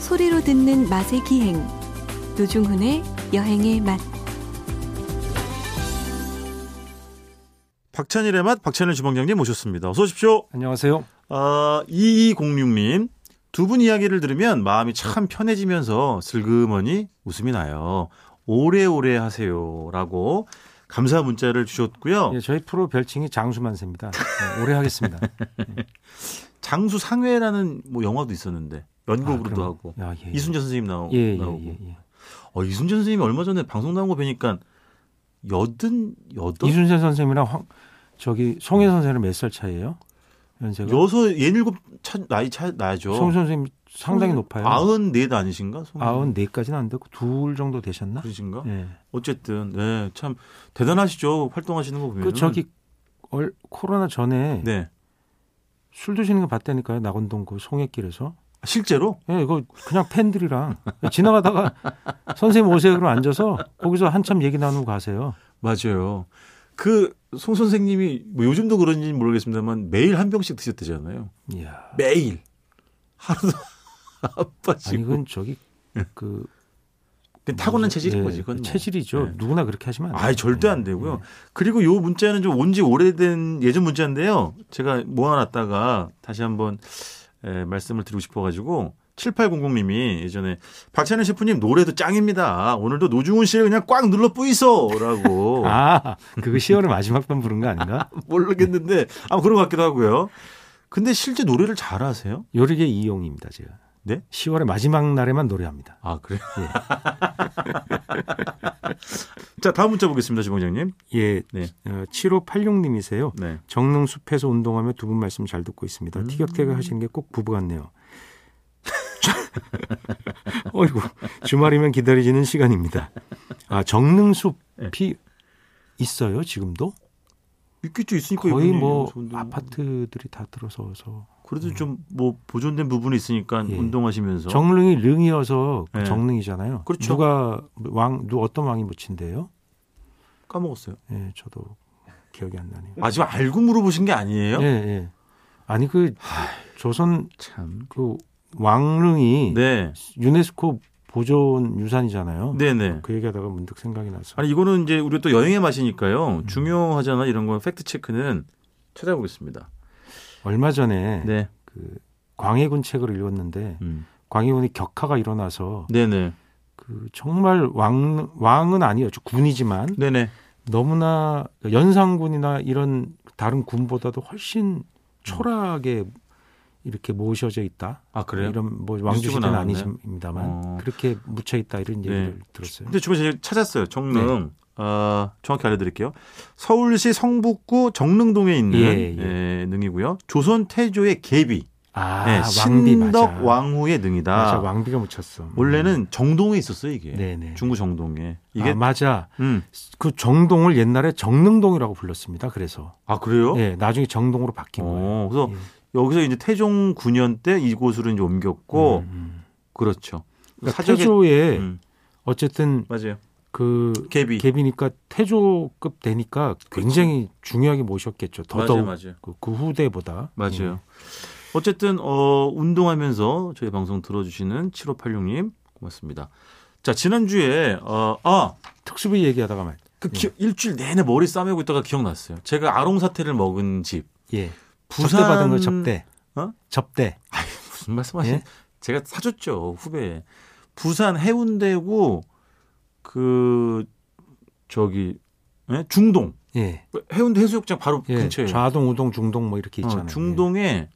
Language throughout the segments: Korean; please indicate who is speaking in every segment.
Speaker 1: 소리로 듣는 맛의 기행 노중훈의 여행의 맛
Speaker 2: 박찬일의 맛 박찬일 주방장님 모셨습니다. 어서 오십시오.
Speaker 3: 안녕하세요.
Speaker 2: 아, 2206님. 두 분 이야기를 들으면 마음이 참 편해지면서 슬그머니 웃음이 나요. 오래오래 하세요. 라고 감사 문자를 주셨고요.
Speaker 3: 예, 저희 프로 별칭이 장수만세입니다. 네, 오래 하겠습니다.
Speaker 2: 장수 상회라는 뭐 영화도 있었는데 연극으로도
Speaker 3: 아,
Speaker 2: 하고
Speaker 3: 야, 예, 예.
Speaker 2: 이순재 선생님 나오,
Speaker 3: 예, 예,
Speaker 2: 나오고
Speaker 3: 예, 예.
Speaker 2: 어, 이순재 선생님이 얼마 전에 방송 나온 거 보니까 여든 여덟
Speaker 3: 이순재 선생님이랑 황, 저기 송혜 선생님 몇 살 차이예요? 연세가?
Speaker 2: 여섯 예닐곱 차, 나이 차 나죠.
Speaker 3: 송 선생님 상당히 높아요.
Speaker 2: 아흔 넷 아니신가? 송-
Speaker 3: 아흔 네까지는 안 되고 둘 정도 되셨나?
Speaker 2: 그러신가?
Speaker 3: 예.
Speaker 2: 어쨌든 네, 참 대단하시죠. 활동하시는 거 보면.
Speaker 3: 그 저기 얼, 코로나 전에
Speaker 2: 음. 네
Speaker 3: 술 드시는 거 봤다니까요. 낙원동 그 송해길에서.
Speaker 2: 실제로
Speaker 3: 예, 이거 그냥 팬들이랑 예, 지나가다가 선생님 오세요 그러 앉아서 거기서 한참 얘기 나누고 가세요.
Speaker 2: 맞아요. 그 송 선생님이 뭐 요즘도 그런지 는 모르겠습니다만 매일 한 병씩 드셨대잖아요.
Speaker 3: 이야.
Speaker 2: 매일 하루도 안
Speaker 3: 아니
Speaker 2: 빠지고
Speaker 3: 그건 저기 그
Speaker 2: 그냥 타고난
Speaker 3: 뭐지?
Speaker 2: 예. 체질인
Speaker 3: 예,
Speaker 2: 거지. 그건 뭐.
Speaker 3: 체질이죠.
Speaker 2: 네.
Speaker 3: 누구나 그렇게 하시면 안 돼요.
Speaker 2: 아 절대 안 되고요. 그리고 요 문자는 좀 온 지 오래된 예전 문자인데요. 제가 모아놨다가 다시 한번 에, 말씀을 드리고 싶어가지고 7800님이 예전에 박찬일 셰프님 노래도 짱입니다. 오늘도 노중훈 씨를 그냥 꽉 눌러 뿌이소라고
Speaker 3: 아, 그거 10월의 마지막 밤 부른 거 아닌가?
Speaker 2: 모르겠는데 아마 그런 것 같기도 하고요. 근데 실제 노래를 잘하세요?
Speaker 3: 요리계 이용입니다, 제가.
Speaker 2: 네?
Speaker 3: 10월의 마지막 날에만 노래합니다.
Speaker 2: 아 그래요? 자 다음 문자 보겠습니다, 주방장님.
Speaker 3: 예,
Speaker 2: 네.
Speaker 3: 어, 7586님이세요.
Speaker 2: 네.
Speaker 3: 정릉 숲에서 운동하며 두 분 말씀 잘 듣고 있습니다.
Speaker 2: 음.
Speaker 3: 티격태격 하시는 게 꼭 부부 같네요. 어이구, 주말이면 기다리지는 시간입니다. 아, 정릉
Speaker 2: 예.
Speaker 3: 숲이 있어요, 지금도?
Speaker 2: 있겠죠, 있으니까
Speaker 3: 거의
Speaker 2: 이분이
Speaker 3: 뭐
Speaker 2: 여기서 운동을 하고.
Speaker 3: 아파트들이 다 들어서서
Speaker 2: 그래도 좀 뭐 보존된 부분이 있으니까
Speaker 3: 예.
Speaker 2: 운동하시면서
Speaker 3: 정릉이 릉이어서 그
Speaker 2: 그렇죠. 네.
Speaker 3: 정릉이잖아요.
Speaker 2: 그렇죠.
Speaker 3: 누가 왕, 누 어떤 왕이 묻힌대요?
Speaker 2: 까먹었어요.
Speaker 3: 예, 저도 기억이 안 나네요.
Speaker 2: 아 지금 알고 물어보신 게 아니에요?
Speaker 3: 예, 예. 아니 그 조선
Speaker 2: 참.
Speaker 3: 그 왕릉이
Speaker 2: 네,
Speaker 3: 유네스코 보존 유산이잖아요.
Speaker 2: 네, 네.
Speaker 3: 그 얘기하다가 문득 생각이 나서.
Speaker 2: 아니 이거는 이제 우리 또 여행의 맛이니까요. 중요하잖아 이런 건 팩트 체크는 찾아보겠습니다.
Speaker 3: 얼마 전에
Speaker 2: 네,
Speaker 3: 그 광해군 책을 읽었는데
Speaker 2: 음.
Speaker 3: 광해군이 격하가 일어나서
Speaker 2: 네, 네,
Speaker 3: 그 정말 왕 왕은 아니었죠. 군이지만
Speaker 2: 네, 네.
Speaker 3: 너무나 연산군이나 이런 다른 군보다도
Speaker 2: 음.
Speaker 3: 훨씬 초라하게 이렇게 모셔져 있다.
Speaker 2: 아 그래요?
Speaker 3: 이런 뭐
Speaker 2: 뉴스가
Speaker 3: 왕주시대는
Speaker 2: 나왔네.
Speaker 3: 아니십니다만
Speaker 2: 어.
Speaker 3: 그렇게 묻혀 있다 이런
Speaker 2: 네.
Speaker 3: 얘기를 들었어요.
Speaker 2: 근데 주변 제가 찾았어요. 정릉. 아, 정확히 알려드릴게요. 서울시 성북구 정릉동에 있는
Speaker 3: 예,
Speaker 2: 예, 능이고요. 조선 태조의 계비,
Speaker 3: 아
Speaker 2: 네,
Speaker 3: 왕비 맞아.
Speaker 2: 신덕 왕후의 능이다.
Speaker 3: 맞아 왕비가 묻혔어. 음.
Speaker 2: 원래는 정동에 있었어요 이게
Speaker 3: 네네.
Speaker 2: 중구 정동에
Speaker 3: 이게
Speaker 2: 이게
Speaker 3: 아, 맞아.
Speaker 2: 음.
Speaker 3: 그 정동을 옛날에 정릉동이라고 불렀습니다. 그래서
Speaker 2: 아 그래요?
Speaker 3: 예, 나중에 정동으로 바뀐 거예요.
Speaker 2: 어, 그래서
Speaker 3: 예.
Speaker 2: 여기서 이제 태종 9년 때 이곳으로 이제 옮겼고
Speaker 3: 음, 음.
Speaker 2: 그렇죠.
Speaker 3: 그러니까
Speaker 2: 어. 사적에-
Speaker 3: 태조에
Speaker 2: 음,
Speaker 3: 어쨌든
Speaker 2: 맞아요.
Speaker 3: 그
Speaker 2: 개비.
Speaker 3: 개비니까 태조급 되니까 굉장히 중요하게 모셨겠죠.
Speaker 2: 그렇죠.
Speaker 3: 더더욱
Speaker 2: 맞아요, 맞아요.
Speaker 3: 그, 그 후대보다. 음.
Speaker 2: 맞아요. 어쨌든 어 운동하면서 저희 방송 들어주시는 7586님 고맙습니다. 자 지난주에 어아그 그
Speaker 3: 예. 특수비 얘기하다가 말.
Speaker 2: 일주일 내내 머리 싸매고 있다가 기억났어요. 제가 아롱 사태를 먹은 집
Speaker 3: 예.
Speaker 2: 부산
Speaker 3: 받은 거 접대.
Speaker 2: 어?
Speaker 3: 접대.
Speaker 2: 아이, 무슨 말씀하시는?
Speaker 3: 예?
Speaker 2: 제가 사줬죠 후배. 부산 해운대구 그 저기 예? 중동
Speaker 3: 예.
Speaker 2: 해운대 해수욕장 바로
Speaker 3: 예.
Speaker 2: 근처에
Speaker 3: 좌동, 우동, 중동 뭐 이렇게
Speaker 2: 어,
Speaker 3: 있잖아요.
Speaker 2: 중동에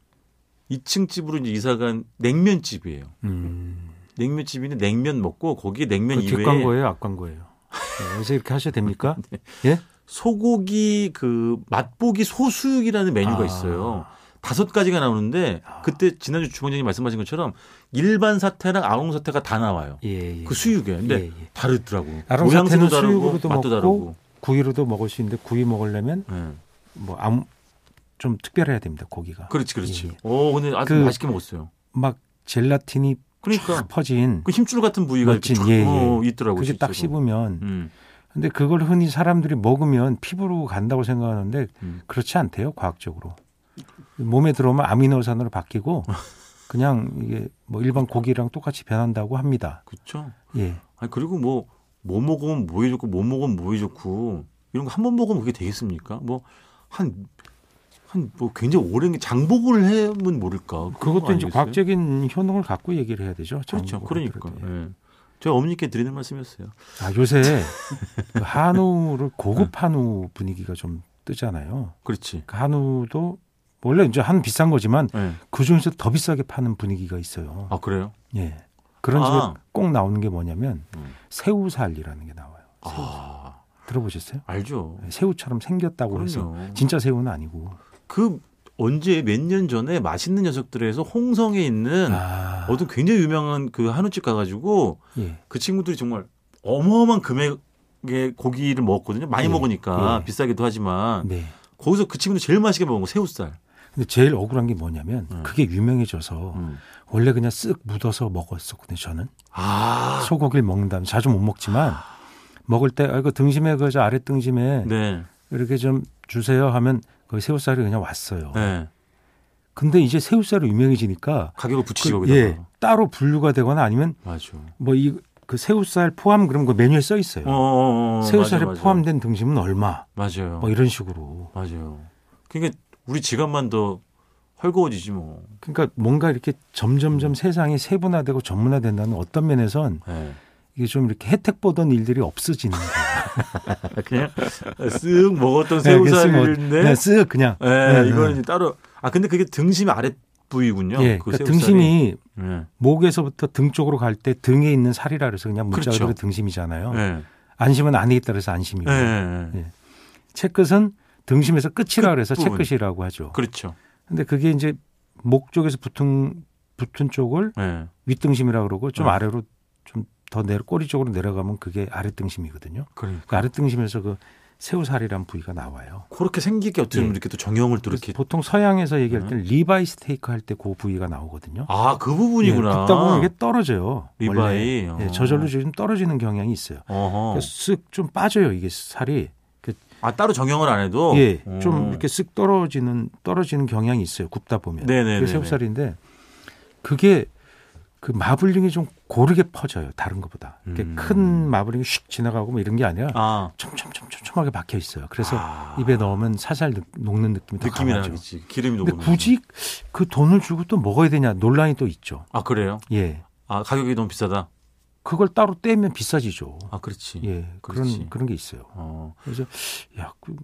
Speaker 2: 2층 집으로 이제 이사간 냉면집이에요.
Speaker 3: 예. 음.
Speaker 2: 냉면집인데 냉면 먹고 거기에 냉면
Speaker 3: 그
Speaker 2: 이외에
Speaker 3: 뒷광고예요, 앞광고예요. 예, 요새 이렇게 하셔도 됩니까? 예?
Speaker 2: 소고기 그 맛보기 소수육이라는 메뉴가
Speaker 3: 아.
Speaker 2: 있어요. 다섯 가지가 나오는데 그때 지난주 주방장님 말씀하신 것처럼 일반 사태랑 아롱 사태가 다 나와요.
Speaker 3: 예, 예.
Speaker 2: 그 수육에 근데
Speaker 3: 예, 예.
Speaker 2: 다르더라고.
Speaker 3: 아롱사태는
Speaker 2: 모양새도 다르고
Speaker 3: 수육으로도
Speaker 2: 맛도
Speaker 3: 먹고
Speaker 2: 다르고.
Speaker 3: 구이로도 먹을 수 있는데 구이 먹으려면
Speaker 2: 예.
Speaker 3: 뭐 아무 좀 특별해야 됩니다, 고기가.
Speaker 2: 그렇지, 그렇지.
Speaker 3: 예, 예.
Speaker 2: 오, 근데 아주
Speaker 3: 그-
Speaker 2: 맛있게 먹었어요.
Speaker 3: 막 젤라틴이
Speaker 2: 그러니까
Speaker 3: 쫙 퍼진
Speaker 2: 그 힘줄 같은 부위가 이렇게
Speaker 3: 멋진,
Speaker 2: 쫙,
Speaker 3: 예, 예.
Speaker 2: 어, 있더라고요.
Speaker 3: 그게 딱
Speaker 2: 실제로.
Speaker 3: 씹으면
Speaker 2: 음.
Speaker 3: 근데 그걸 흔히 사람들이 먹으면 피부로 간다고 생각하는데
Speaker 2: 음.
Speaker 3: 그렇지 않대요 과학적으로 몸에 들어오면 아미노산으로 바뀌고 그냥 이게 뭐 일반 고기랑 똑같이 변한다고 합니다.
Speaker 2: 그렇죠.
Speaker 3: 예.
Speaker 2: 아니 그리고 뭐 뭐 먹으면 뭐이 좋고 뭐 먹으면 뭐이 좋고 이런 거 한 번 먹으면 그게 되겠습니까? 뭐 한 한 뭐 굉장히 오랜 게 장복을 해면 모를까.
Speaker 3: 그것도 이제
Speaker 2: 아니겠어요?
Speaker 3: 과학적인 효능을 갖고 얘기를 해야 되죠.
Speaker 2: 그렇죠.
Speaker 3: 장기적으로
Speaker 2: 그러니까.
Speaker 3: 들어도.
Speaker 2: 예. 제가 어머니께 드리는 말씀이었어요.
Speaker 3: 아, 요새 그 한우를
Speaker 2: 네.
Speaker 3: 고급 한우 분위기가 좀 뜨잖아요.
Speaker 2: 그렇지.
Speaker 3: 그 한우도 원래 이제 한우 비싼 거지만
Speaker 2: 예.
Speaker 3: 그 중에서 더 비싸게 파는 분위기가 있어요.
Speaker 2: 아 그래요?
Speaker 3: 예. 그런 식으로
Speaker 2: 아.
Speaker 3: 꼭 나오는 게 뭐냐면
Speaker 2: 음.
Speaker 3: 새우살이라는 게 나와요.
Speaker 2: 아
Speaker 3: 들어보셨어요? 예,
Speaker 2: 알죠.
Speaker 3: 새우처럼 생겼다고 해서
Speaker 2: 그럼요.
Speaker 3: 진짜 새우는 아니고.
Speaker 2: 그 언제 몇 년 전에 맛있는 녀석들에서 홍성에 있는
Speaker 3: 아,
Speaker 2: 음. 어떤 굉장히 유명한 그 한우집 가가지고
Speaker 3: 예.
Speaker 2: 그 친구들이 정말 어마어마한 금액의 고기를 먹었거든요. 많이
Speaker 3: 예,
Speaker 2: 먹으니까
Speaker 3: 예.
Speaker 2: 비싸기도 하지만
Speaker 3: 네.
Speaker 2: 거기서 그 친구들 제일 맛있게 먹은 거 새우살.
Speaker 3: 근데 제일 억울한 게 뭐냐면
Speaker 2: 음.
Speaker 3: 그게 유명해져서 원래 그냥 쓱 묻어서 먹었었거든요. 저는
Speaker 2: 아,
Speaker 3: 소고기를 먹는다면 자주 못 먹지만 먹을 때 아이고 등심에 그저 아랫 등심에
Speaker 2: 네,
Speaker 3: 이렇게 좀 주세요 하면 거의 새우살이 그냥 왔어요.
Speaker 2: 네.
Speaker 3: 근데 이제 새우살이 유명해지니까
Speaker 2: 가격을 붙이죠
Speaker 3: 그,
Speaker 2: 거기다가.
Speaker 3: 예, 따로 분류가 되거나 아니면
Speaker 2: 맞아.
Speaker 3: 뭐 이 그 새우살 포함 그런 거 메뉴에 써 있어요.
Speaker 2: 어, 어, 어,
Speaker 3: 새우살에
Speaker 2: 맞아, 어. 맞아.
Speaker 3: 포함된 등심은 얼마?
Speaker 2: 맞아요.
Speaker 3: 뭐 이런 식으로.
Speaker 2: 맞아요. 그러니까 우리 지갑만 더 헐거워지지 뭐.
Speaker 3: 그러니까 뭔가 이렇게 점점점 세상이 세분화되고 전문화된다는 어떤 면에선
Speaker 2: 네.
Speaker 3: 이게 좀 이렇게 혜택 보던 일들이 없어지는 거예요.
Speaker 2: 아, 그냥 쓱 먹었던
Speaker 3: 네, 그래서 뭐-
Speaker 2: 새우살인데
Speaker 3: 네, 쓱 그냥.
Speaker 2: 예,
Speaker 3: 네,
Speaker 2: 이거는
Speaker 3: 네.
Speaker 2: 이제 따로. 아 근데 그게 등심 아랫 부위군요.
Speaker 3: 예,
Speaker 2: 그
Speaker 3: 그러니까
Speaker 2: 새우살이.
Speaker 3: 등심이 어.
Speaker 2: 예.
Speaker 3: 목에서부터 등 쪽으로 갈 때 등에 있는 살이라 그래서 그냥 문자 그대로
Speaker 2: 그렇죠.
Speaker 3: 등심이잖아요.
Speaker 2: 예.
Speaker 3: 안심은 안에 있다 그래서 안심이고
Speaker 2: 예, 예, 예.
Speaker 3: 채끝은 등심에서 끝이라 그래서
Speaker 2: 끝부분.
Speaker 3: 채끝이라고 하죠.
Speaker 2: 그렇죠.
Speaker 3: 근데 그게 이제 목 쪽에서 붙은 붙은 쪽을
Speaker 2: 예.
Speaker 3: 윗등심이라 그러고 좀
Speaker 2: 네.
Speaker 3: 아래로 좀 더 내려 꼬리 쪽으로 내려가면 그게 아랫등심이거든요.
Speaker 2: 그래.
Speaker 3: 그 아랫등심에서 그 새우살이란 부위가 나와요.
Speaker 2: 그렇게 생기게 어떻게 보면
Speaker 3: 예.
Speaker 2: 이렇게 또 정형을 또 이렇게.
Speaker 3: 그래서 보통 서양에서 얘기할 때는 리바이 스테이크 할 때 그 부위가 나오거든요.
Speaker 2: 네. 아 그 부분이구나.
Speaker 3: 예, 굽다 보면 이게 떨어져요. 원래.
Speaker 2: 리바이.
Speaker 3: 예,
Speaker 2: 어.
Speaker 3: 저절로 지금 떨어지는 경향이 있어요. 그러니까
Speaker 2: 어허.
Speaker 3: 쓱좀 빠져요 이게 살이.
Speaker 2: 아 따로 정형을 안 해도.
Speaker 3: 예,
Speaker 2: 어.
Speaker 3: 좀 이렇게 쓱 떨어지는 떨어지는 경향이 있어요. 굽다 보면.
Speaker 2: 네네네네.
Speaker 3: 그게 새우살인데 그게 그 마블링이 좀 고르게 퍼져요. 다른 것보다. 이렇게
Speaker 2: 음.
Speaker 3: 큰 마블링이 슉 지나가고 뭐 이런 게 아니라
Speaker 2: 아.
Speaker 3: 촘촘촘촘하게 박혀 있어요. 그래서
Speaker 2: 아.
Speaker 3: 입에 넣으면 살살 녹- 녹는 느낌이 더
Speaker 2: 느낌이
Speaker 3: 강하죠.
Speaker 2: 나겠지. 기름이
Speaker 3: 근데
Speaker 2: 녹으면.
Speaker 3: 굳이 그 돈을 주고 또 먹어야 되냐 논란이 또 있죠.
Speaker 2: 아 그래요?
Speaker 3: 예.
Speaker 2: 아 가격이 너무 비싸다.
Speaker 3: 그걸 따로 떼면 비싸지죠.
Speaker 2: 아 그렇지.
Speaker 3: 예.
Speaker 2: 그렇지.
Speaker 3: 그런 그런 게 있어요.
Speaker 2: 어.
Speaker 3: 그래서 야, 그,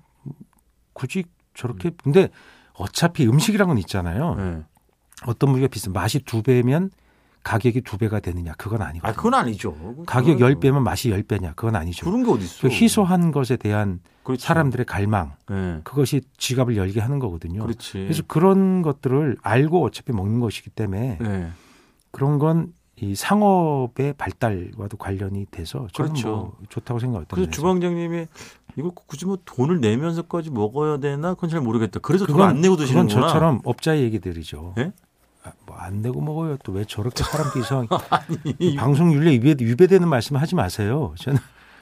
Speaker 3: 굳이 저렇게
Speaker 2: 음.
Speaker 3: 근데 어차피 음식이란 건 있잖아요.
Speaker 2: 예.
Speaker 3: 어떤 부위가 비싼 맛이 두 배면 가격이 두 배가 되느냐 그건 아니고
Speaker 2: 아
Speaker 3: 요
Speaker 2: 그건 아니죠.
Speaker 3: 가격
Speaker 2: 그건-
Speaker 3: 열 배면 맛이 열 배냐 그건 아니죠.
Speaker 2: 그렇죠. 그런 게 어디 있어?
Speaker 3: 그 희소한 것에 대한
Speaker 2: 그렇죠.
Speaker 3: 사람들의 예. 갈망
Speaker 2: 예.
Speaker 3: 그것이 지갑을 열게 하는 거거든요.
Speaker 2: 그렇지.
Speaker 3: 그래서 그런 것들을 알고 어차피 먹는 것이기 때문에
Speaker 2: 네.
Speaker 3: 그런 건 이 상업의 발달과도 관련이 돼서 저는
Speaker 2: 그렇죠.
Speaker 3: 뭐 좋다고 생각해요.
Speaker 2: 그래서 주방장님이 이걸 굳이 뭐 돈을 내면서까지 먹어야 되나 그건 잘 모르겠다. 그래서 돈
Speaker 3: 그건
Speaker 2: 안 내고
Speaker 3: 그건
Speaker 2: 드시는구나.
Speaker 3: 저처럼 업자의 얘기들이죠. 아,
Speaker 2: 예?
Speaker 3: 뭐안 내고 먹어요. 또 왜 저렇게 사람도 이상
Speaker 2: 이-
Speaker 3: 방송 윤리 위배, 위배되는 말씀 하지 마세요. 저는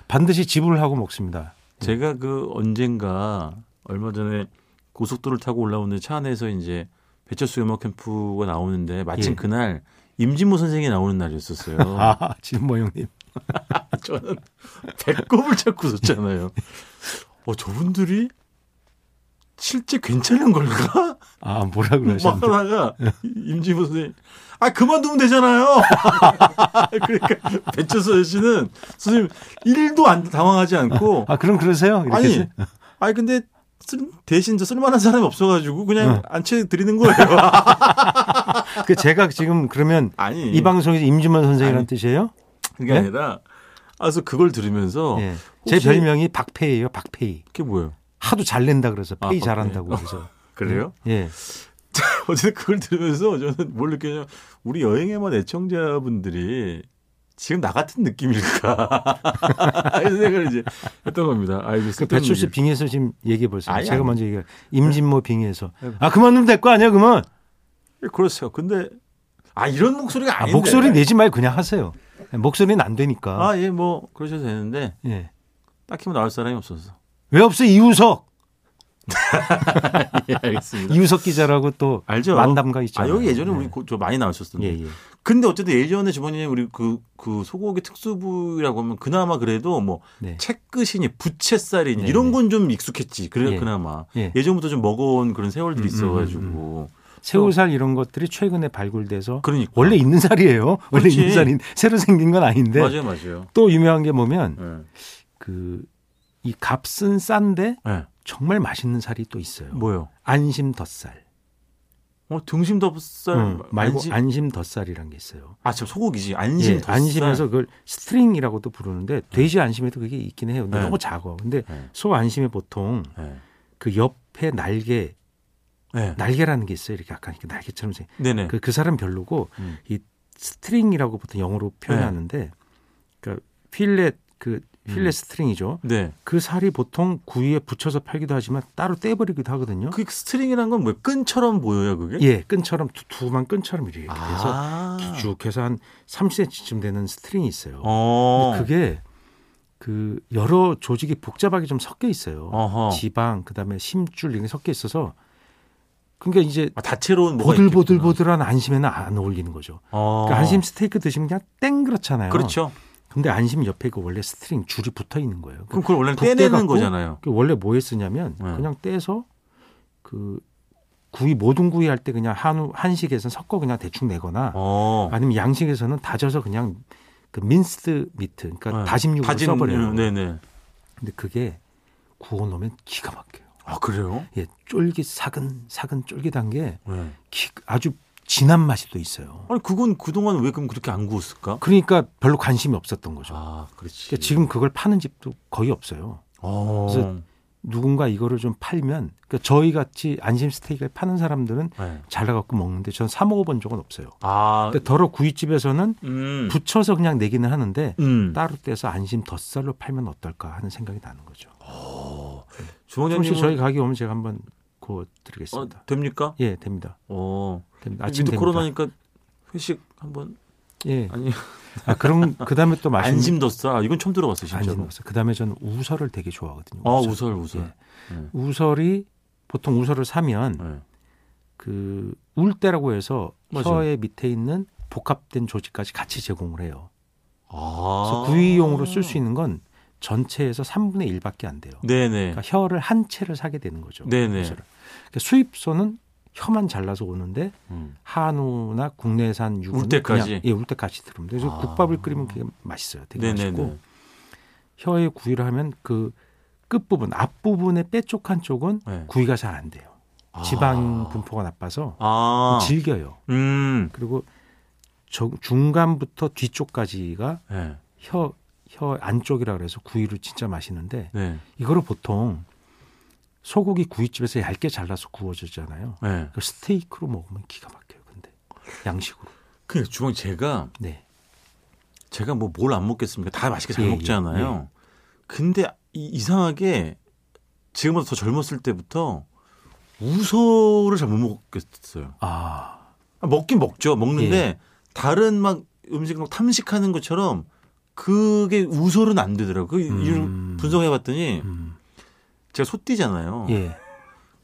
Speaker 3: 반드시 지불하고 먹습니다.
Speaker 2: 제가 그 언젠가 얼마 전에 고속도로를 타고 올라오는데 차 안에서 이제 배철수 음악 캠프가 나오는데 마침
Speaker 3: 예.
Speaker 2: 그날 임진모 선생이 나오는 날이었었어요.
Speaker 3: 아, 진모 형님.
Speaker 2: 저는 배꼽을 잡고 웃었잖아요. 어 저분들이 실제 괜찮은 걸까?
Speaker 3: 아, 뭐라
Speaker 2: 막
Speaker 3: 그러셨는데. 예.
Speaker 2: 하다가 임지모 선생님 아 그만두면 되잖아요. 그러니까 배철수 씨는 선생님 일도 안 당황하지 않고
Speaker 3: 아, 그럼 그러세요? 이렇게
Speaker 2: 아니
Speaker 3: 해서?
Speaker 2: 아니 근데 쓸- 대신 저 쓸만한 사람이 없어가지고 그냥
Speaker 3: 응.
Speaker 2: 안채 드리는 거예요.
Speaker 3: 그 제가 지금 그러면
Speaker 2: 아니
Speaker 3: 이 방송에서 임진모 선생이라는
Speaker 2: 아니.
Speaker 3: 뜻이에요?
Speaker 2: 그게
Speaker 3: 네?
Speaker 2: 아니라 아, 그래서 그걸 들으면서
Speaker 3: 예.
Speaker 2: 어.
Speaker 3: 제
Speaker 2: 혹시-
Speaker 3: 별명이 박페이예요, 박페이.
Speaker 2: 그게 뭐예요?
Speaker 3: 하도 잘 낸다 그래서
Speaker 2: 아, 박페이.
Speaker 3: 페이 잘한다고 그래서.
Speaker 2: 그래요?
Speaker 3: 예.
Speaker 2: 어쨌든 그걸 들으면서 저는 뭘 느꼈냐면 우리 여행에만 애청자분들이 지금 나 같은 느낌일까 이런 생각을 이제 했던 겁니다. 아, 이거
Speaker 3: 그
Speaker 2: 쓸데없는
Speaker 3: 배출수
Speaker 2: 얘기를.
Speaker 3: 빙의해서 지금 얘기해 보세요.
Speaker 2: 아니,
Speaker 3: 제가
Speaker 2: 아니.
Speaker 3: 먼저 얘기해요. 임진모 빙의해서.
Speaker 2: 네.
Speaker 3: 아, 그만두면 될 거 아니야, 그러면?
Speaker 2: 예, 그렇죠. 근데 아 이런 목소리가
Speaker 3: 아,
Speaker 2: 아닌데.
Speaker 3: 목소리 내지 말고 그냥 하세요. 네, 목소리는 안 되니까.
Speaker 2: 아, 예, 뭐 그러셔도 되는데
Speaker 3: 예.
Speaker 2: 딱히 뭐 나올 사람이 없어서.
Speaker 3: 왜 없어, 이우석?
Speaker 2: 예, 알겠습니다.
Speaker 3: 이우석 기자라고 또
Speaker 2: 알죠.
Speaker 3: 만담가
Speaker 2: 아
Speaker 3: 있잖아요.
Speaker 2: 여기 예전에
Speaker 3: 네.
Speaker 2: 우리 고- 저 많이 나왔었던데.
Speaker 3: 예, 예.
Speaker 2: 근데 어쨌든 예전에 주머니에 우리 그, 그 소고기 특수부라고 하면 그나마 그래도 뭐
Speaker 3: 네.
Speaker 2: 채끝이니 부채살이니
Speaker 3: 네,
Speaker 2: 이런
Speaker 3: 네.
Speaker 2: 건 좀 익숙했지. 그래
Speaker 3: 예.
Speaker 2: 그나마
Speaker 3: 예.
Speaker 2: 예전부터 좀 먹어온 그런 세월들이
Speaker 3: 음, 음,
Speaker 2: 있어가지고
Speaker 3: 새우살 이런 것들이 최근에 발굴돼서
Speaker 2: 그러니까
Speaker 3: 원래 있는 살이에요. 원래
Speaker 2: 그렇지.
Speaker 3: 있는 살인 새로 생긴 건 아닌데
Speaker 2: 맞아요, 맞아요.
Speaker 3: 또 유명한 게 뭐면
Speaker 2: 예.
Speaker 3: 그 이 값은 싼데
Speaker 2: 예.
Speaker 3: 정말 맛있는 살이 또 있어요.
Speaker 2: 뭐요?
Speaker 3: 안심 덧살
Speaker 2: 어 등심 덮살
Speaker 3: 음, 말고
Speaker 2: 안심-
Speaker 3: 안심 덧살이란 게 있어요.
Speaker 2: 아, 참 소고기지.
Speaker 3: 예,
Speaker 2: 안심 덮살.
Speaker 3: 안심에서 그걸 스트링이라고도 부르는데 돼지 안심에도 그게 있긴 해요. 근데
Speaker 2: 네.
Speaker 3: 너무 작아. 근데
Speaker 2: 네.
Speaker 3: 소 안심에 보통
Speaker 2: 예.
Speaker 3: 그 옆에 날개
Speaker 2: 네.
Speaker 3: 날개라는 게 있어요. 이렇게 약간 이렇게 날개처럼 생.
Speaker 2: 네네.
Speaker 3: 그, 그 사람 별로고
Speaker 2: 음. 네.
Speaker 3: 이 스트링이라고 보통 영어로 표현하는데 그러니까 필렛 그 필렛
Speaker 2: 음.
Speaker 3: 스트링이죠.
Speaker 2: 네.
Speaker 3: 그 살이 보통 구이에 붙여서 팔기도 하지만 따로 떼버리기도 하거든요.
Speaker 2: 그 스트링이란 건 뭐 끈처럼 보여요, 그게?
Speaker 3: 예, 끈처럼 두, 두만 끈처럼 이렇게 해서
Speaker 2: 아.
Speaker 3: 쭉 해서 한 3cm쯤 되는 스트링이 있어요.
Speaker 2: 어.
Speaker 3: 근데 그게 그 여러 조직이 복잡하게 좀 섞여 있어요.
Speaker 2: 어허.
Speaker 3: 지방 그다음에 심줄 이런 게 섞여 있어서 그러니까 이제
Speaker 2: 아, 다채로운 뭐가 있겠구나.
Speaker 3: 보들보들보들한 안심에는 안 어울리는 거죠.
Speaker 2: 어.
Speaker 3: 그러니까 안심 스테이크 드시면 그냥 땡 그렇잖아요.
Speaker 2: 그렇죠.
Speaker 3: 근데 안심 옆에 그 원래 스트링 줄이 붙어 있는 거예요. 그
Speaker 2: 그럼 그걸 원래
Speaker 3: 덮개
Speaker 2: 떼내는
Speaker 3: 갖고
Speaker 2: 거잖아요.
Speaker 3: 그 원래 뭐에 쓰냐면
Speaker 2: 네.
Speaker 3: 그냥 떼서 그 구이 모든 구이 할 때 그냥 한우 한식에서는 섞어 그냥 대충 내거나
Speaker 2: 어.
Speaker 3: 아니면 양식에서는 다져서 그냥 그 민스드 미트 그러니까
Speaker 2: 네.
Speaker 3: 다짐육으로 써버려요.
Speaker 2: 음, 네네.
Speaker 3: 근데 그게 구워 놓으면 기가 막혀요.
Speaker 2: 아 그래요?
Speaker 3: 예, 쫄깃 사근 사근 쫄깃한 게
Speaker 2: 네.
Speaker 3: 기- 아주 진한 맛이 또 있어요.
Speaker 2: 아니 그건 그동안 왜 그럼 그렇게 안 구웠을까?
Speaker 3: 그러니까 별로 관심이 없었던 거죠.
Speaker 2: 아 그렇지.
Speaker 3: 그러니까 지금 그걸 파는 집도 거의 없어요.
Speaker 2: 어.
Speaker 3: 그래서- 누군가 이거를 좀 팔면 그러니까 저희 같이 안심 스테이크를 파는 사람들은
Speaker 2: 네.
Speaker 3: 잘라갖고 먹는데 저는 사 먹어본 적은 없어요.
Speaker 2: 아.
Speaker 3: 근데 더러 구이집에서는
Speaker 2: 음.
Speaker 3: 붙여서 그냥 내기는 하는데
Speaker 2: 음.
Speaker 3: 따로 떼서 안심 덧살로 팔면 어떨까 하는 생각이 나는 거죠. 혹시
Speaker 2: 주원장님
Speaker 3: 저희 가게 오면 제가 한번
Speaker 2: 어,
Speaker 3: 구워드리겠습니다.
Speaker 2: 됩니까?
Speaker 3: 예, 됩니다.
Speaker 2: 어.
Speaker 3: 됩니다. 아침
Speaker 2: 아침도
Speaker 3: 됩니다.
Speaker 2: 코로나니까 회식 한번
Speaker 3: 예.
Speaker 2: 아니
Speaker 3: 아, 그럼 그 다음에 또 맛있는
Speaker 2: 안심 덧살 아, 이건 처음 들어봤어요
Speaker 3: 안심
Speaker 2: 진짜로.
Speaker 3: 넣었어요. 그 다음에 저는 우설을 되게 좋아하거든요.
Speaker 2: 아 우설 우설. 음.
Speaker 3: 예. 우설이 보통 우설을 사면
Speaker 2: 네.
Speaker 3: 그 울대라고 해서
Speaker 2: 맞아요.
Speaker 3: 혀의 밑에 있는 복합된 조직까지 같이 제공을 해요. 그래서
Speaker 2: 아.
Speaker 3: 구이용으로 쓸 수 있는 건 전체에서 3분의 1밖에 안 돼요.
Speaker 2: 네네.
Speaker 3: 그러니까 혀를 한 채를 사게 되는 거죠.
Speaker 2: 예. 네네.
Speaker 3: 그래서. 그러니까 수입소는 혀만 잘라서 오는데
Speaker 2: 음.
Speaker 3: 한우나 국내산 유부는
Speaker 2: 울 때까지?
Speaker 3: 그냥, 예, 울 때까지 들으면 돼요. 그래서
Speaker 2: 아.
Speaker 3: 국밥을 끓이면 그게 맛있어요. 되게
Speaker 2: 네네네.
Speaker 3: 맛있고 혀에 구이를 하면 그 끝부분 앞부분의 뾰족한 쪽은
Speaker 2: 네.
Speaker 3: 구이가 잘 안 돼요. 지방 분포가 나빠서
Speaker 2: 아.
Speaker 3: 질겨요.
Speaker 2: 음.
Speaker 3: 그리고 저- 중간부터 뒤쪽까지가
Speaker 2: 네.
Speaker 3: 혀, 혀 안쪽이라 그래서 구이를 진짜 마시는데
Speaker 2: 네.
Speaker 3: 이거를 보통 소고기 구이집에서 얇게 잘라서 구워주잖아요.
Speaker 2: 네.
Speaker 3: 그 스테이크로 먹으면 기가 막혀요. 근데 양식으로.
Speaker 2: 그 주방 제가
Speaker 3: 네.
Speaker 2: 제가 뭐 뭘 안 먹겠습니까? 다 맛있게 잘
Speaker 3: 예, 예,
Speaker 2: 먹잖아요. 근데 이, 이상하게 지금보다 더 젊었을 때부터 우설을 잘 못 먹겠어요.
Speaker 3: 아
Speaker 2: 아, 먹긴 먹죠. 먹는데
Speaker 3: 예.
Speaker 2: 다른 막 음식 막 탐식하는 것처럼 그게 우설은 안 되더라고요. 그
Speaker 3: 음.
Speaker 2: 이유를 분석해봤더니
Speaker 3: 음.
Speaker 2: 제가 소띠잖아요.
Speaker 3: 예.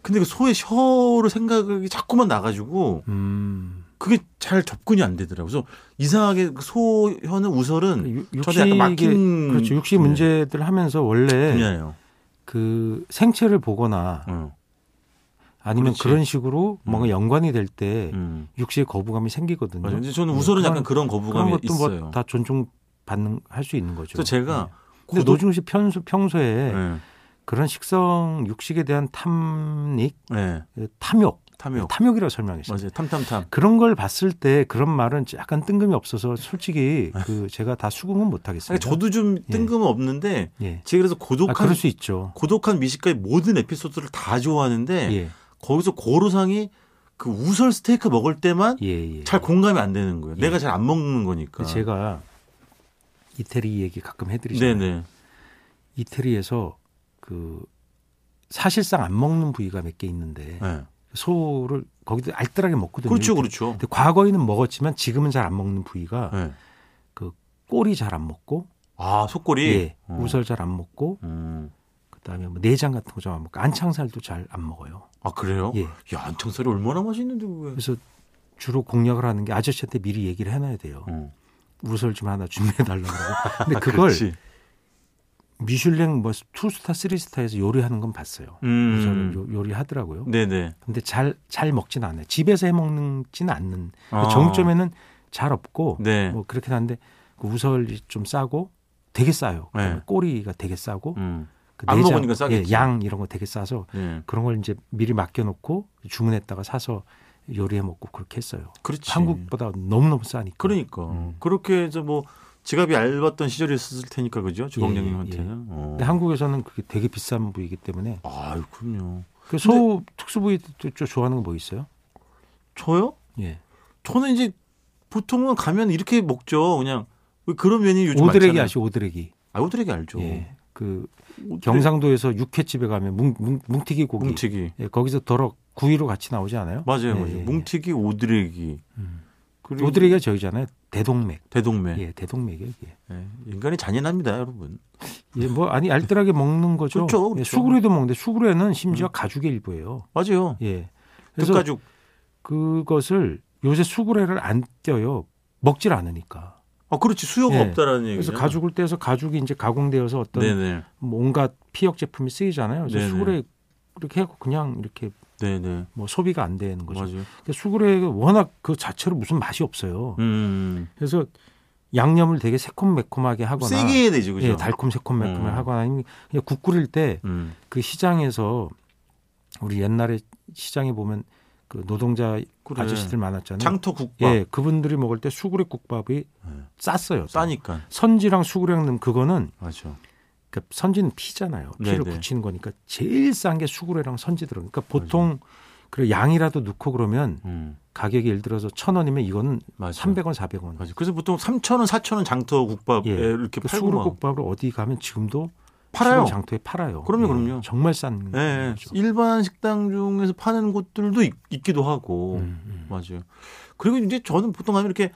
Speaker 2: 근데 그 소의 혀로 생각이 자꾸만 나가지고
Speaker 3: 음.
Speaker 2: 그게 잘 접근이 안 되더라고요. 그래서 이상하게 그 소혀는 우설은
Speaker 3: 육-
Speaker 2: 음. 저도 약간 막힌 음.
Speaker 3: 그렇죠. 육시 문제들 하면서 원래
Speaker 2: 분야예요.
Speaker 3: 그 생체를 보거나
Speaker 2: 어.
Speaker 3: 아니면
Speaker 2: 그렇지.
Speaker 3: 그런 식으로 뭔가
Speaker 2: 음.
Speaker 3: 연관이 될 때
Speaker 2: 음.
Speaker 3: 육시의 거부감이 생기거든요.
Speaker 2: 맞아요. 근데 저는
Speaker 3: 네,
Speaker 2: 우설은
Speaker 3: 그런-
Speaker 2: 약간 그런
Speaker 3: 그런
Speaker 2: 거부감이
Speaker 3: 것도
Speaker 2: 있어요.
Speaker 3: 뭐 다 존중 받는 할 수 있는 거죠.
Speaker 2: 그래서 제가
Speaker 3: 네. 근데
Speaker 2: 고독-
Speaker 3: 노중식 평소 평소에
Speaker 2: 예,
Speaker 3: 그런 식성 육식에 대한 탐닉
Speaker 2: 예,
Speaker 3: 그 탐욕
Speaker 2: 탐욕.
Speaker 3: 탐욕이라고 설명했어요.
Speaker 2: 맞아요. 탐탐탐.
Speaker 3: 그런 걸 봤을 때 그런 말은 약간 뜬금이 없어서 솔직히 그 제가 다 수긍은 못
Speaker 2: 아. 아니,
Speaker 3: 하겠습니다.
Speaker 2: 저도 좀 뜬금없는데
Speaker 3: 예.
Speaker 2: 제가 그래서
Speaker 3: 아,
Speaker 2: 고독한
Speaker 3: 그럴 수 있죠.
Speaker 2: 고독한 미식가의 모든 에피소드를 다 좋아하는데
Speaker 3: 예.
Speaker 2: 거기서 고로상이 그 우설 스테이크 먹을 때만
Speaker 3: 예, 예.
Speaker 2: 잘 공감이 안 되는 거예요.
Speaker 3: 예.
Speaker 2: 내가 잘 안 먹는 거니까.
Speaker 3: 제가 이태리 얘기 가끔 해 드리잖아요.
Speaker 2: 네네.
Speaker 3: 이태리에서 그 사실상 안 먹는 부위가 몇 개 있는데
Speaker 2: 예.
Speaker 3: 소를 거기도 알뜰하게 먹거든요.
Speaker 2: 그렇죠, 그렇죠.
Speaker 3: 근데 과거에는 먹었지만 지금은 잘 안 먹는 부위가
Speaker 2: 예.
Speaker 3: 꼬리 잘 안 먹고
Speaker 2: 아 속골이.
Speaker 3: 예,
Speaker 2: 어.
Speaker 3: 우설 잘 안 먹고
Speaker 2: 음.
Speaker 3: 그다음에 뭐 내장 같은 거 좀 안 먹고 안창살도 잘 안 먹어요.
Speaker 2: 아 그래요?
Speaker 3: 예.
Speaker 2: 야 안창살이 얼마나 맛있는데 왜?
Speaker 3: 그래서 주로 공략을 하는 게 아저씨한테 미리 얘기를 해놔야 돼요.
Speaker 2: 어.
Speaker 3: 우설 좀 하나 준비해 달라고. 근데 그걸
Speaker 2: 아, 그렇지.
Speaker 3: 미슐랭 뭐 투스타 쓰리스타에서 요리하는 건 봤어요.
Speaker 2: 음.
Speaker 3: 우설을 요- 요리하더라고요.
Speaker 2: 네네.
Speaker 3: 근데 잘 잘 먹진 않아요. 집에서 해 먹는지는 않는.
Speaker 2: 아.
Speaker 3: 정점에는 잘 없고
Speaker 2: 네.
Speaker 3: 뭐 그렇긴 한데 그 우설이 좀 싸고 되게 싸요.
Speaker 2: 네.
Speaker 3: 그다음에 꼬리가 되게 싸고
Speaker 2: 음.
Speaker 3: 그
Speaker 2: 안 먹으니까 싸겠지.
Speaker 3: 예, 양 이런 거 되게 싸서
Speaker 2: 네.
Speaker 3: 그런 걸 이제 미리 맡겨놓고 주문했다가 사서 요리해 먹고 그렇게 했어요.
Speaker 2: 그렇지.
Speaker 3: 한국보다 너무너무 싸니까.
Speaker 2: 그러니까
Speaker 3: 음.
Speaker 2: 그렇게 해서 뭐 지갑이 얇았던 시절이었을 테니까 그죠? 주방장님한테는. 어.
Speaker 3: 예, 근데 한국에서는 그게 되게 비싼 부위이기 때문에
Speaker 2: 아유 그럼요.
Speaker 3: 그 소 특수 부위 또 좋아하는 거 뭐 있어요?
Speaker 2: 저요?
Speaker 3: 예.
Speaker 2: 저는 이제 보통은 가면 이렇게 먹죠. 그냥 왜 그런 메뉴 요즘
Speaker 3: 오드레기
Speaker 2: 많잖아요.
Speaker 3: 아시죠? 오드레기.
Speaker 2: 아 오드레기 알죠.
Speaker 3: 예. 그
Speaker 2: 오드레기,
Speaker 3: 경상도에서 육회집에 가면 뭉, 튀기 고기.
Speaker 2: 뭉치기.
Speaker 3: 예, 거기서 더러 구이로 같이 나오지 않아요?
Speaker 2: 맞아요,
Speaker 3: 예,
Speaker 2: 맞아요.
Speaker 3: 예, 예.
Speaker 2: 뭉치기 오드레기.
Speaker 3: 음.
Speaker 2: 그리고 네.
Speaker 3: 오드레기가 저희잖아요. 대동맥.
Speaker 2: 대동맥.
Speaker 3: 예, 대동맥이에요. 이게.
Speaker 2: 예, 인간이 잔인합니다, 여러분.
Speaker 3: 예, 뭐 아니 알뜰하게 먹는 거죠.
Speaker 2: 그렇죠, 그렇죠. 음.
Speaker 3: 예, 수구레도 먹는데 수구레는 심지어 가죽의 일부예요.
Speaker 2: 맞아요.
Speaker 3: 예. 그래서
Speaker 2: 득가죽.
Speaker 3: 그것을 요새 수구레를 안 떼요. 먹질 않으니까.
Speaker 2: 아 그렇지 수요가
Speaker 3: 예.
Speaker 2: 없다라는 얘기죠.
Speaker 3: 그래서 가죽을 떼서 가죽이 이제 가공되어서 어떤
Speaker 2: 네네.
Speaker 3: 뭔가 피혁 제품이 쓰이잖아요. 그래서
Speaker 2: 네네.
Speaker 3: 수구레 이렇게 해고 그냥 이렇게
Speaker 2: 네네.
Speaker 3: 뭐 소비가 안 되는 거죠.
Speaker 2: 맞아요.
Speaker 3: 근데 수구레가 워낙 그 자체로 무슨 맛이 없어요.
Speaker 2: 음.
Speaker 3: 그래서 양념을 되게 새콤매콤하게 하거나
Speaker 2: 세게 해야 되지, 그죠?
Speaker 3: 예, 달콤 새콤매콤하게
Speaker 2: 음.
Speaker 3: 하거나 아니면 그냥 국 끓일 때 그
Speaker 2: 음.
Speaker 3: 시장에서 우리 옛날에 시장에 보면 그 노동자
Speaker 2: 그래.
Speaker 3: 아저씨들 많았잖아요.
Speaker 2: 장터 국밥
Speaker 3: 예, 그분들이 먹을 때 수구레 국밥이
Speaker 2: 네.
Speaker 3: 쌌어요.
Speaker 2: 싸니까.
Speaker 3: 선지랑 수구레 넣는 그거는
Speaker 2: 맞아.
Speaker 3: 그 선지는 피잖아요. 피를
Speaker 2: 네네.
Speaker 3: 붙이는 거니까 제일 싼 게 수구레랑 선지 들어. 그러니까 보통 그 양이라도 넣고 그러면
Speaker 2: 음.
Speaker 3: 가격이 예를 들어서 천 원이면 이거는
Speaker 2: 맞아.
Speaker 3: 300원, 400원.
Speaker 2: 맞아. 그래서 보통 3,000원, 4,000원 장터 국밥 에
Speaker 3: 예.
Speaker 2: 이렇게
Speaker 3: 그
Speaker 2: 팔고
Speaker 3: 수구레
Speaker 2: 막.
Speaker 3: 국밥을 어디 가면 지금도
Speaker 2: 팔아요.
Speaker 3: 수구레 장터에 그렇죠. 팔아요.
Speaker 2: 그럼요, 그럼요.
Speaker 3: 정말 싼
Speaker 2: 예, 예.
Speaker 3: 거죠.
Speaker 2: 일반 식당 중에서 파는 곳들도 있, 있기도 하고.
Speaker 3: 음, 음.
Speaker 2: 맞아요. 그리고 이제 저는 보통 하면 이렇게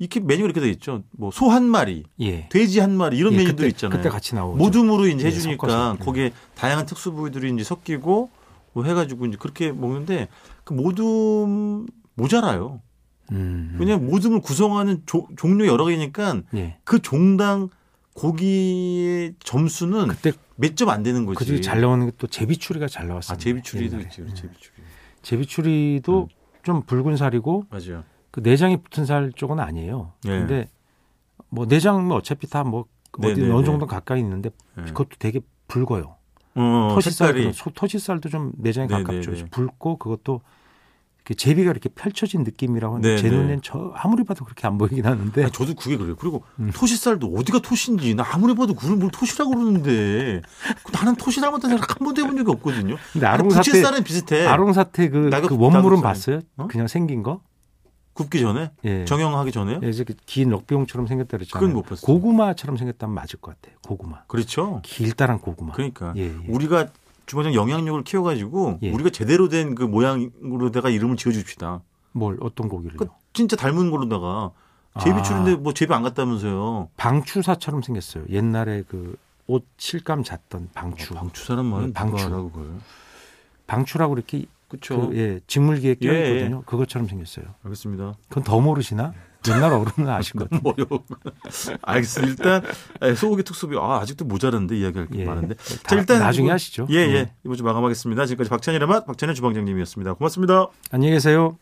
Speaker 2: 이렇게 메뉴가 이렇게 돼 있죠. 뭐 소 한 마리,
Speaker 3: 예.
Speaker 2: 돼지 한 마리 이런
Speaker 3: 예,
Speaker 2: 메뉴도
Speaker 3: 그때,
Speaker 2: 있잖아요.
Speaker 3: 그때 같이 나오죠.
Speaker 2: 모둠으로 이제
Speaker 3: 예,
Speaker 2: 해주니까
Speaker 3: 섞어서. 음.
Speaker 2: 거기에 다양한 특수 부위들이 이제 섞이고 뭐 해가지고 이제 그렇게 먹는데 그 모둠 모자라요.
Speaker 3: 음, 음.
Speaker 2: 왜냐면 모둠을 구성하는 조- 종류 여러 개니까
Speaker 3: 예.
Speaker 2: 그 종당 고기의 점수는
Speaker 3: 그때
Speaker 2: 몇 점 안 되는 거지.
Speaker 3: 그중에 잘 나오는 게 또 제비추리가 잘
Speaker 2: 아
Speaker 3: 나왔어요. 음.
Speaker 2: 제비추리도 있지, 그렇지, 제비추리.
Speaker 3: 제비추리도
Speaker 2: 음.
Speaker 3: 좀 붉은 살이고
Speaker 2: 맞아요.
Speaker 3: 그 내장이 붙은 살 쪽은 아니에요.
Speaker 2: 예.
Speaker 3: 근데 뭐 내장은 어차피 다 뭐
Speaker 2: 네, 네,
Speaker 3: 어디 어느
Speaker 2: 네.
Speaker 3: 정도 가까이 있는데
Speaker 2: 예.
Speaker 3: 그것도 되게 붉어요.
Speaker 2: 어,
Speaker 3: 토시살
Speaker 2: 색깔이
Speaker 3: 토시살도 좀 내장에
Speaker 2: 네,
Speaker 3: 가깝죠.
Speaker 2: 네, 네.
Speaker 3: 붉고 그것도 그 제비가 이렇게 펼쳐진 느낌이라고 하는데
Speaker 2: 네,
Speaker 3: 제
Speaker 2: 네.
Speaker 3: 눈엔 저 아무리 봐도 그렇게 안 보이긴 하는데
Speaker 2: 아니, 저도 그게 그래요. 그리고
Speaker 3: 음.
Speaker 2: 토시살도 어디가 토시인지 나 아무리 봐도 그걸 뭘 토시라고 그러는데 그 나는 토시 닮았다는 생각 한 번도 해본 적이 없거든요.
Speaker 3: 근데 아롱사태
Speaker 2: 부채살은 비슷해.
Speaker 3: 아롱사태 그,
Speaker 2: 낙엽-
Speaker 3: 그
Speaker 2: 낙엽살.
Speaker 3: 원물은 봤어요?
Speaker 2: 어?
Speaker 3: 그냥 생긴 거?
Speaker 2: 굽기 전에
Speaker 3: 예.
Speaker 2: 정형하기 전에요.
Speaker 3: 예, 이제 그긴 럭비용처럼 생겼다 그랬잖아요.
Speaker 2: 그건 못 봤어요.
Speaker 3: 고구마처럼 생겼다면 맞을 것 같아요. 고구마.
Speaker 2: 그렇죠.
Speaker 3: 길다란 고구마.
Speaker 2: 그러니까
Speaker 3: 예, 예.
Speaker 2: 우리가 주방장 영향력을 키워가지고
Speaker 3: 예.
Speaker 2: 우리가 제대로 된 그 모양으로다가 이름을 지어줍시다.
Speaker 3: 뭘 어떤 고기를요?
Speaker 2: 그러니까 진짜 닮은 걸로다가
Speaker 3: 아.
Speaker 2: 제비출인데 뭐 제비 안 갔다면서요.
Speaker 3: 방추사처럼 생겼어요. 옛날에 그 옷 실감 잤던 방추.
Speaker 2: 어, 방추 사람 말은
Speaker 3: 네, 방추.
Speaker 2: 누가 알아, 그걸.
Speaker 3: 방추라고 이렇게
Speaker 2: 그러니까. 그렇죠.
Speaker 3: 그, 예, 직물기에
Speaker 2: 예,
Speaker 3: 껴있거든요. 그것처럼 생겼어요.
Speaker 2: 알겠습니다.
Speaker 3: 그건 더 모르시나?
Speaker 2: 예.
Speaker 3: 옛날 어른은 아실 것 같아요.
Speaker 2: 뭐요? 알겠습니다. 일단 에, 소고기 특수비 아, 아직도 모자란데 이야기할 게
Speaker 3: 예.
Speaker 2: 많은데.
Speaker 3: 다- 나중에
Speaker 2: 이거-
Speaker 3: 하시죠.
Speaker 2: 예, 예.
Speaker 3: 예.
Speaker 2: 이번 주 마감하겠습니다. 지금까지 박찬일의 맛 박찬일 주방장님이었습니다. 고맙습니다.
Speaker 3: 안녕히 계세요.